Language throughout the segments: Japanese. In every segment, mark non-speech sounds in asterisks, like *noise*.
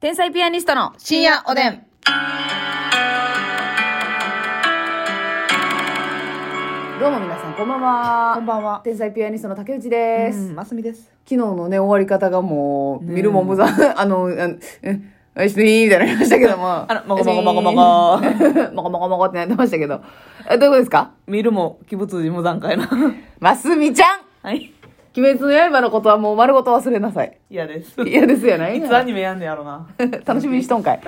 天才ピアニストの深夜おでん。どうも皆さんこんばんはこんばんは。天才ピアニストの竹内です、うんますみです。昨日のね終わり方がもうね見るも無残 *laughs* あのあのうんおいしいみたいになりましたけどもあらもごもごもごもご *laughs* もごもごもごってなってましたけどえどういうことですか見るも、鬼没無残会な。 *laughs* ますみちゃんはい。鬼滅の刃のことはもう丸ごと忘れな *laughs* さい嫌です。い嫌ですよねつアニメやんねやろな。楽しみにしとんかい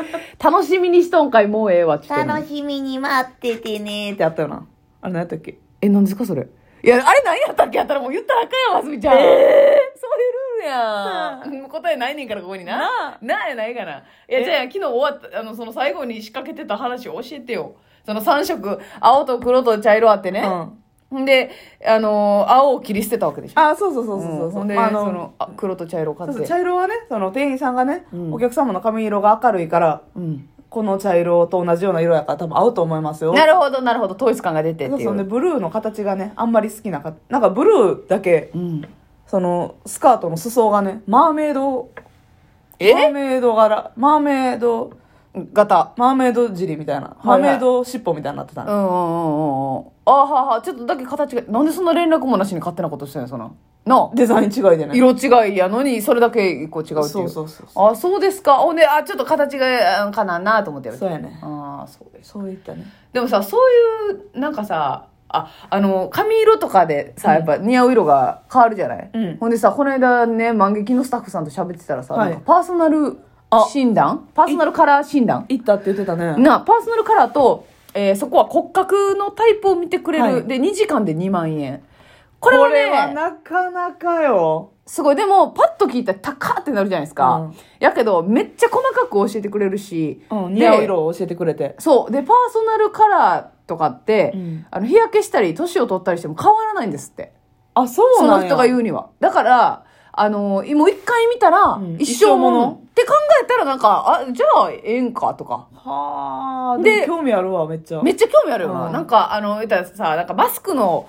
楽しみにしとんかいもうええわちょっと楽しみに待っててねーってあったよな。あれ何やったっけえ、何ですかそれ。いや、あれ何やったっけやったらもう言ったらあかんやん、ますみちゃん。ええ *laughs* そういうルールやん。答えないねんから、ここにな。なあなやないかな。いや、えじゃあ昨日終わった、あの、その最後に仕掛けてた話を教えてよ。その3色、青と黒と茶色あってね。うんん。で、あのー青を切り捨てたわけでしょ。あ、そうそうそうそううんそほう。んで、まああその、の、あ黒と茶色を買そうっそうて。茶色はね、その店員さんがね、うんお客様の髪色が明るいから、うん。この茶色と同じような色やから多分合うと思いますよ。なるほど、なるほど。統一感が出てってそいうう。そうね、ブルーの形がね、あんまり好きなか、なんかブルーだけ、うん。その、スカートの裾がね、マーメイド、マーえメイド柄、マーメイド、型。マーメイド尻みたいはな、いはいマーメイド尻尾みたいになってたうんの、うんうんうん。あははちょっとだけ形が、なんでそんな連絡もなしに勝手なことしてんのその。なあデザイン違いでね色違いやのにそれだけこう違うっていうそうそうそうそあそうですかほんであちょっと形があかななと思ってやめたそうやねああそうですそういったねでもさそういうなんかさああの髪色とかでさやっぱ似合う色が変わるじゃない、うんほんでさこの間ね万劇のスタッフさんと喋ってたらさ、はいなんかパーソナル診断パーソナルカラー診断行ったって言ってたねなパーソナルカラーと、えーそこは骨格のタイプを見てくれる、はいで2時間で2万円ここれれはは,、ねなかなかよすごい。でも、パッと聞いたら、高ってなるじゃないですか。うんやけど、めっちゃ細かく教えてくれるし、うんで似合う色を教えてくれてそう。で、パーソナルカラーとかって、うんあの日焼けしたり、年を取ったりしても変わらないんですって。あそうそなんやの人が言うには。だから、あのもう一回見たら、ん一生もの一生ものって考えたらなんか、あ、じゃあ、ええんかとか。はあででも興味あるわめっちゃめっちゃ興味あるよな。うんなんか、あの、言ったらさ、なんかマスクの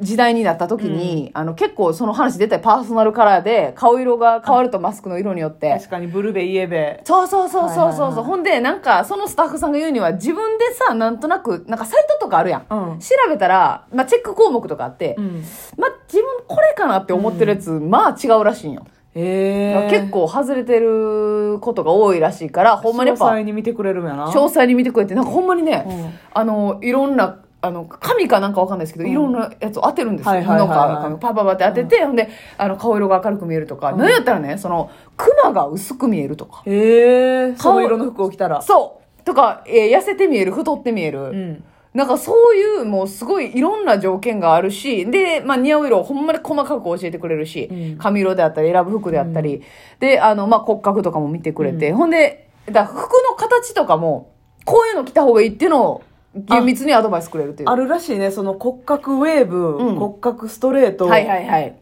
時代になった時に、あの、結構その話出たよパーソナルカラーで、顔色が変わるとマスクの色によって。確かにブルベイエベそうそうそうそうそうそう、はいはいはいほんでなんかそのスタッフさんが言うには自分でさなんとなくなんかサイトとかあるやん、うん調べたら、まあ、チェック項目とかあって、んまあ自分これかなって思ってるやつ、まあ違うらしいんよ、えだからえ結構外れてることが多いらしいからほんまにや詳っぱ詳細細に見てくれるんやなに見てくれてなんかほんまにね、うんあのいろんなあの紙かなんかわかんないですけど、いろんなやつを当てるんですはよいはいはいはい布かなんかパパパって当てて、ほんであの顔色が明るく見えるとか、なん、何やったらねそのクマが薄く見えるとかへえそういう色の服を着たらそう。とか、えー痩せて見える、太って見える。んなんかそういう、もうすごいいろんな条件があるし、で、まあ似合う色をほんまに細かく教えてくれるし、うん髪色であったり、選ぶ服であったり、で、あの、まあ骨格とかも見てくれて、ほんで、だから服の形とかも、こういうの着た方がいいっていうのを厳密にアドバイスくれるっていう。あるらしいねその骨格ウェーブ、うん骨格ストレート、はいはいはい。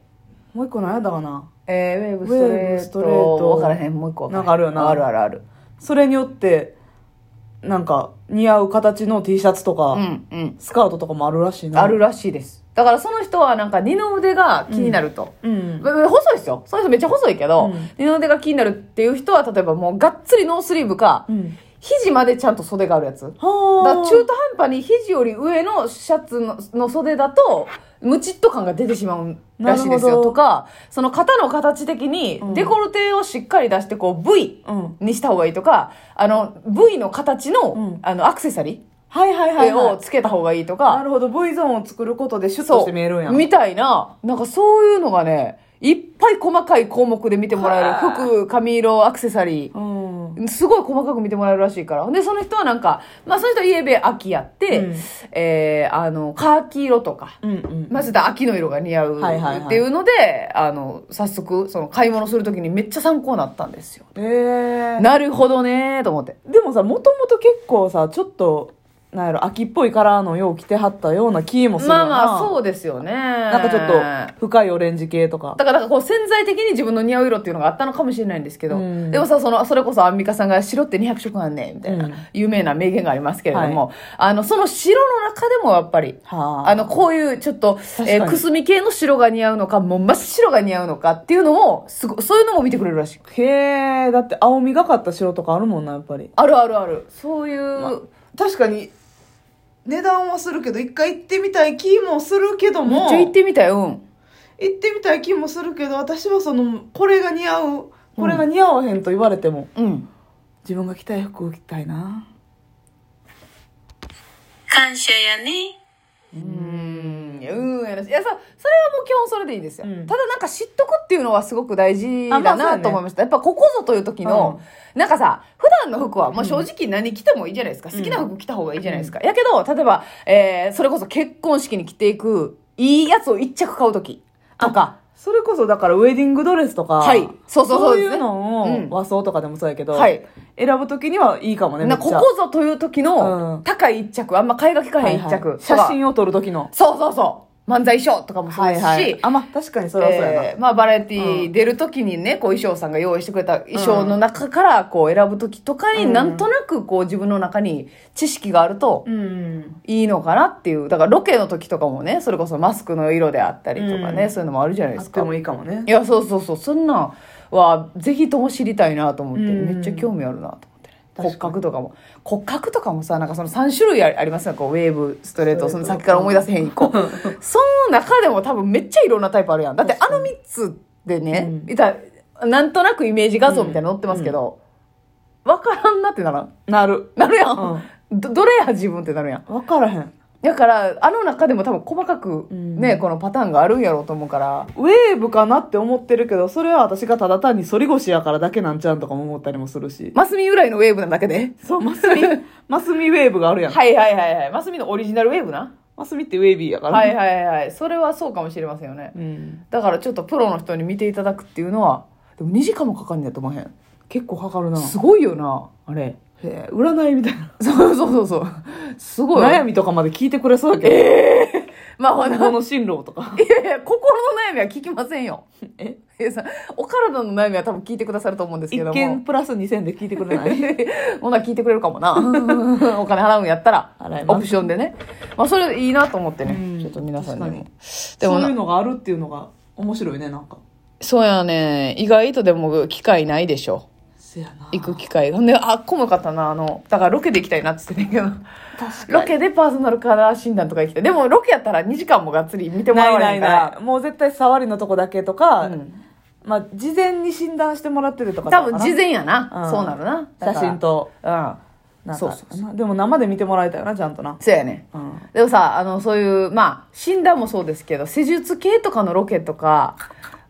もう一個何やったかなえー、ウェーブストレウェーーブト。ストレートわからへん、もう一個わらへなんかあるよなあるあるある。それによってなんか似合う形の T シャツとか、うん、うん。スカートとかもあるらしいなあるらしいです。だからその人はなんか二の腕が気になると。うんまあ細いですよ。その人めっちゃ細いけど、うん二の腕が気になるっていう人は、例えばもうがっつりノースリーブか、うん肘までちゃんと袖があるやつ。だかはらあ中途半端に肘より上のシャツのの袖だと、ムチッと感が出てしまうらしいですなるよ。ほどとか、その肩の形的にうんデコルテをしっかり出して、こう V うんにした方がいいとか、あの V の形の、うんあのアクセサリはいはいはい、ーはをい、つけた方がいいとか、なるほど V ゾーンを作ることでシュッとして見えるんやみたいな、なんかそういうのがね、いっぱい細かい項目で見てもらえる。はあ服、髪色、アクセサリー。うんすごい細かく見てもらえるらしいから。で、その人はなんか、まあその人は家で秋やって、うんえー、あの、カーキ色とか、うんうんまず秋の色が似合うはいはいはいっていうので、あの、早速、その買い物するときにめっちゃ参考になったんですよ。えー、なるほどねーと思って。でもさもともと結構さちょっとなんやろ、秋っぽいカラーのよう着てはったような気もするまあまあ、う。そうですよね。ななんかちょっと、深いオレンジ系とか。だから、なんかこう潜在的に自分の似合う色っていうのがあったのかもしれないんですけど、うんでもさ、その、それこそアンミカさんが白って200色あんねん、みたいな、うん有名な名言がありますけれども、あの、その白の中でもやっぱり、はあの、こういうちょっと、かにえーくすみ系の白が似合うのか、もう真っ白が似合うのかっていうのを、すごそういうのも見てくれるらしい。へえ、だって青みがかった白とかあるもんな、やっぱり。あるあるある。そういう、確かに、値段はするけど、一回行ってみたい気もするけどめっちゃ行ってみたよ、うん。行ってみたい気もするけど、私はその、これが似合う、これが似合わへんと言われても、うん。自分が着たい服を着たいな。感謝やね。うん、いや、うんやなし。いや、さ、それはもう基本それでいいですよ。うんただなんか知っとくっていうのはすごく大事だあまあそうなやねと思いました。やっぱここぞという時の、なんかさ、普段の服はもう正直何着てもいいじゃないですか。好きな服着た方がいいじゃないですか。やけど、例えば、えー、それこそ結婚式に着ていく、いいやつを一着買う時とか、それこそだからウェディングドレスとか、はいそうそうそうですねいうのを、うん和装とかでもそうやけど、はい選ぶときにはいいかもね、めなっちこゃ。こぞという時の、うん高い一着、あんま買いがきかへん一着、はいはい写真を撮るときの。そうそうそう。漫才衣装とかもそうですし、あ、まあ確かにそれはそうやな。えーまあ、バラエティー出るときにね、こう衣装さんが用意してくれた衣装の中からこう選ぶときとかに、うんなんとなくこう自分の中に知識があるとうん。いいのかなっていう。だからロケの時とかもね、それこそマスクの色であったりとかね、うんそういうのもあるじゃないあでっすてか。もいいかもねい。や、そうそうそう、そんなんはぜひとも知りたいなと思って、うんめっちゃ興味あるなと思ってね。確かに骨格とかも。骨格とかもさ、なんかその3種類あありますよ。こう、ウェーブ、ストレート、スそトレートの先から思い出せへん一 *laughs* 個。その中でも多分めっちゃいろんなタイプあるやん。だってあの3つでねう、んいたなんとなくイメージ画像みたいなの載ってますけど、わからんなってならんなる。なるやん。うど、どれや自分ってなるやん。わからへん。だから、あの中でも多分細かくね、うんこのパターンがあるんやろうと思うから、ウェーブかなって思ってるけど、それは私がただ単に反り腰やからだけなんちゃうんとかも思ったりもするし。マスミ由来のウェーブなだけで。そう、マス *laughs* ミ、 *laughs* マスミウェーブがあるやん。はいはいはいはい。マスミのオリジナルウェーブな。マスミってウェービーやから、はいはいはい。それはそうかもしれませんよね。うん。だからちょっとプロの人に見ていただくっていうのは、でも2時間もかかんねやと思えへん。結構かかるな。すごいよな、あれ。へえ占いみたいな。そうそうそうそう。すごい。悩みとかまで聞いてくれそうやけど。まあほ今な。後の進路とか。いやいや、心の悩みは聞きませんよ。ええさ、お体の悩みは多分聞いてくださると思うんですけど *laughs* も。一件プラス2000で聞い *laughs* てくれない *laughs* ほな聞いてくれるかもな。 *laughs* お金払うんやったら払い、ますオプションでね。まあそれいいなと思ってうんね。ちょっと皆さんにも確か。でもそうないうのがあるっていうのが面白いね、なんか。そうやね。意外とでも機会ないでしょ。せやな行く機会が。ほんで、あっこもよかったな。あの、だからロケで行きたいなって言ってんねんけど。ロケでパーソナルカラー診断とか行きたい。でもロケやったら2時間もがっつり見てもならいわなないいから。ない。もう絶対触りのとこだけとか、うんまあ、事前に診断してもらってるとか多分事前前やな。うんそうなるな。だ写から真。と。うん。なんかそうそうそでも生で見てもらいたいよな、ちゃんとな。そうやね。うん。でもさ、あの、そういう、まあ、診断もそうですけど、施術系とかのロケとか、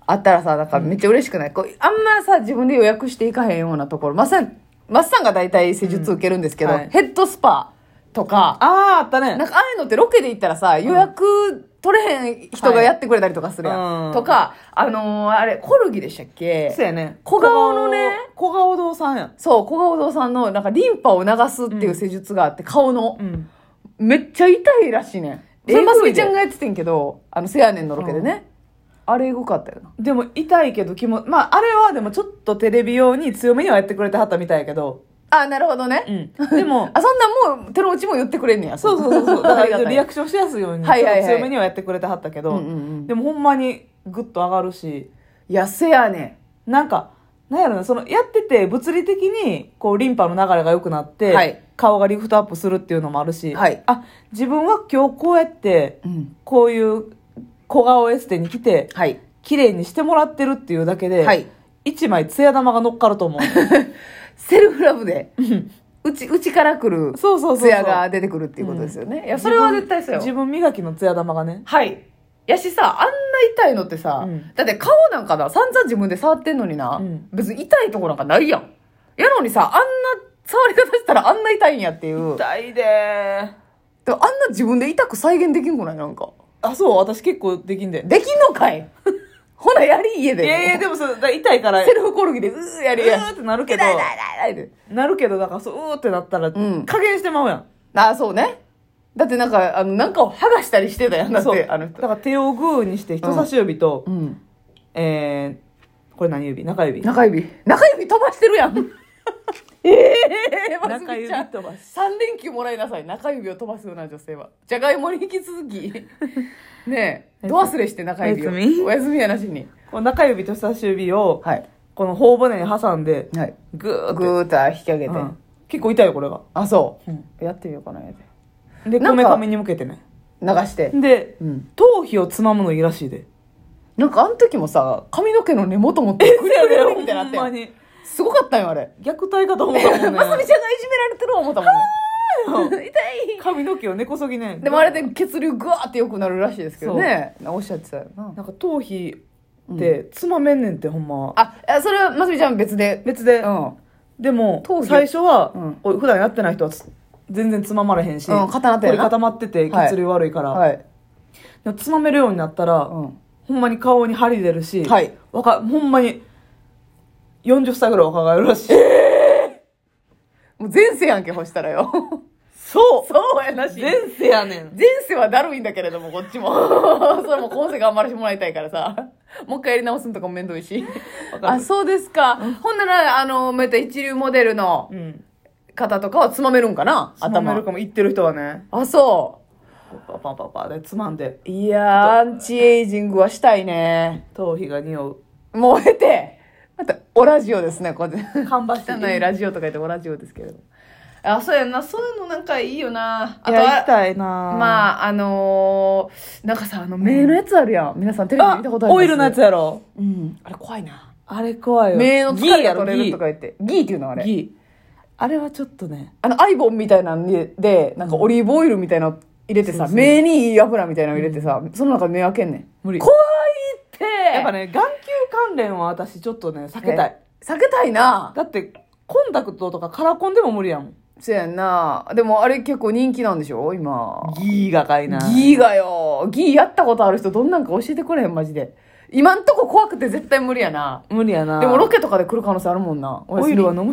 あったらさ、なんかめっちゃ嬉しくない、こう、あんまさ、自分で予約していかへんようなところ、まさん、まっさんが大体施術受けるんですけど、うんはいヘッドスパとか、あー、あったね。なんかああいうのってロケで行ったらさ、予約取れへん人がやってくれたりとかするやん。はいうんとか、あのーあれ、コルギでしたっけそうやね。小顔のね小顔堂さんやん。そう、小顔堂さんのなんかリンパを流すっていう施術があって、顔の、ん。めっちゃ痛いらしいねん。それえぐいでマスミちゃんがやっててんけど、あの、せやねんのロケでね。あれエゴかったよな。でも痛いけど気も、まあ、あれはでもちょっとテレビ用に強めにはやってくれてはったみたいやけど。あ、なるほどね。うんでも *laughs* あ、そんなんもう、手の内も言ってくれんねや。そうそうそうそう。だあかりがらたいリアクションしやすいように、はいはいはいちょっと強めにはやってくれてはったけど、うんうんうんでもほんまにグッと上がるし、いや、せやねなんか、なんやろな、その、やってて、物理的に、こう、リンパの流れが良くなって、はい顔がリフトアップするっていうのもあるし、はいあ、自分は今日こうやって、ん。うん。こういう小顔エステに来て、はい。綺麗にしてもらってるっていうだけで、はい一枚ツヤ玉が乗っかると思う。 *laughs* セルフラブで、うち、うちから来る、そうそうそうそうツヤが出てくるっていうことですよね。いや、それは絶対そうよ。自分自分磨きのツヤ玉がね。はい。やしさ、あんな痛いのってさ、うんだって顔なんかな、散々自分で触ってんのにな、うん別に痛いとこなんかないやん。やのにさ、あんな触り方したらあんな痛いんやっていう。痛いでー。でもあんな自分で痛く再現できんくないなんか。あ、そう、私結構できんで。できんのかい *laughs* ほな、やり家で。いやいや、でもそう、だから痛 *laughs* いから、セルフコルギで、うーやりや。うーってなるけど痛い痛い痛い痛いってなるけど、だからそう、うーってなったら、ん加減してまうやん。ああ、そうね。だってなんか、あの、なんかを剥がしたりしてたやん。だっそうて、あのだ人。から手をグーにして人差し指と、うん。えー、これ何指中指中指。中指飛ばしてるやん。 *laughs* ええー、中指飛飛ばし3連休もらいなさい。中指を飛ばすような女性は。じゃがいもに引き続 *laughs* き。ねえ、ど忘れして中指を。おやすみおやすみやなしに。この中指と人差し指を、はい。この頬骨に挟んで、はい。グーってぐーっと引き上げて。うん結構痛いよこれがあ、そう、うんやってみようかな、やって。でなこんめかかみに向けてね流して。で、うん頭皮をつまむのいいらしいでなんかあの時もさ、髪の毛の根元持ってくるくるくるみたい *laughs* になってほんまん。にすごかったよ、あれ。虐待かと思ったもん *laughs* まさみちゃんねがいじめられてる思ったもんね。 *laughs* 痛い。髪の毛を根こそぎねでもあれで血流グワーって良くなるらしいですけどね。おっしゃってたよな。なんか頭皮ってつまめんねんってほんまあ、あそれはまさみちゃんは別で。別で、うん。でも頭皮最初は、うんこう普段やってない人はつ全然つままれへんし、うん固なってるこなれ固まっててはい血流悪いから、はい。でもつまめるようになったら、うん。ほんまに顔に針出るし、はいわかほんまに40歳ぐらい若返るらしい、もう前世やんけ、ほしたらよ。 *laughs* そうそうやなし。前世やねん前世はだるいんだけれども、こっちも。 *laughs* それも今世頑張らせてもらいたいからさ。 *laughs* もう一回やり直すのとかも面倒いし。あ、そうですか。ほんなら、あの、また一流モデルのうん方とかはつまめるんかなつま頭。めるかも言ってる人はねあ、そう。こうパパパパでつまんでいやー、アンチエイジングはしたいね。頭皮が匂うもうえて、また、オラジオですね、これ。看板して汚いラジオとか言ってオラジオですけれども。あ、そうやんな、そういうのなんかいいよな。あとやりは、たいなまあ、ああのー、なんかさ、あの、目のやつあるやん。皆さんテレビで見たことありますオイルのやつやろうん。あれ怖いな。あれ怖いよ目の疲れがギー取れるとか言って。ギーっていうのあギれ。ーギーあれはちょっとねあの、アイボンみたいなんで、でなんかオリーブオイルみたいなの入れてさ、目にいい油みたいなの入れてさ、その中で目開けんねん。無理怖いってやっぱね眼球関連は私ちょっとね避けたい避けたいなだってコンタクトとかカラコンでも無理やもんそうやんなでもあれ結構人気なんでしょ今ギーがかいなギーがよギーやったことある人どんなんか教えてくれへんマジで今んとこ怖くて絶対無理やな無理やなでもロケとかで来る可能性あるもんなおやすオみイルは飲む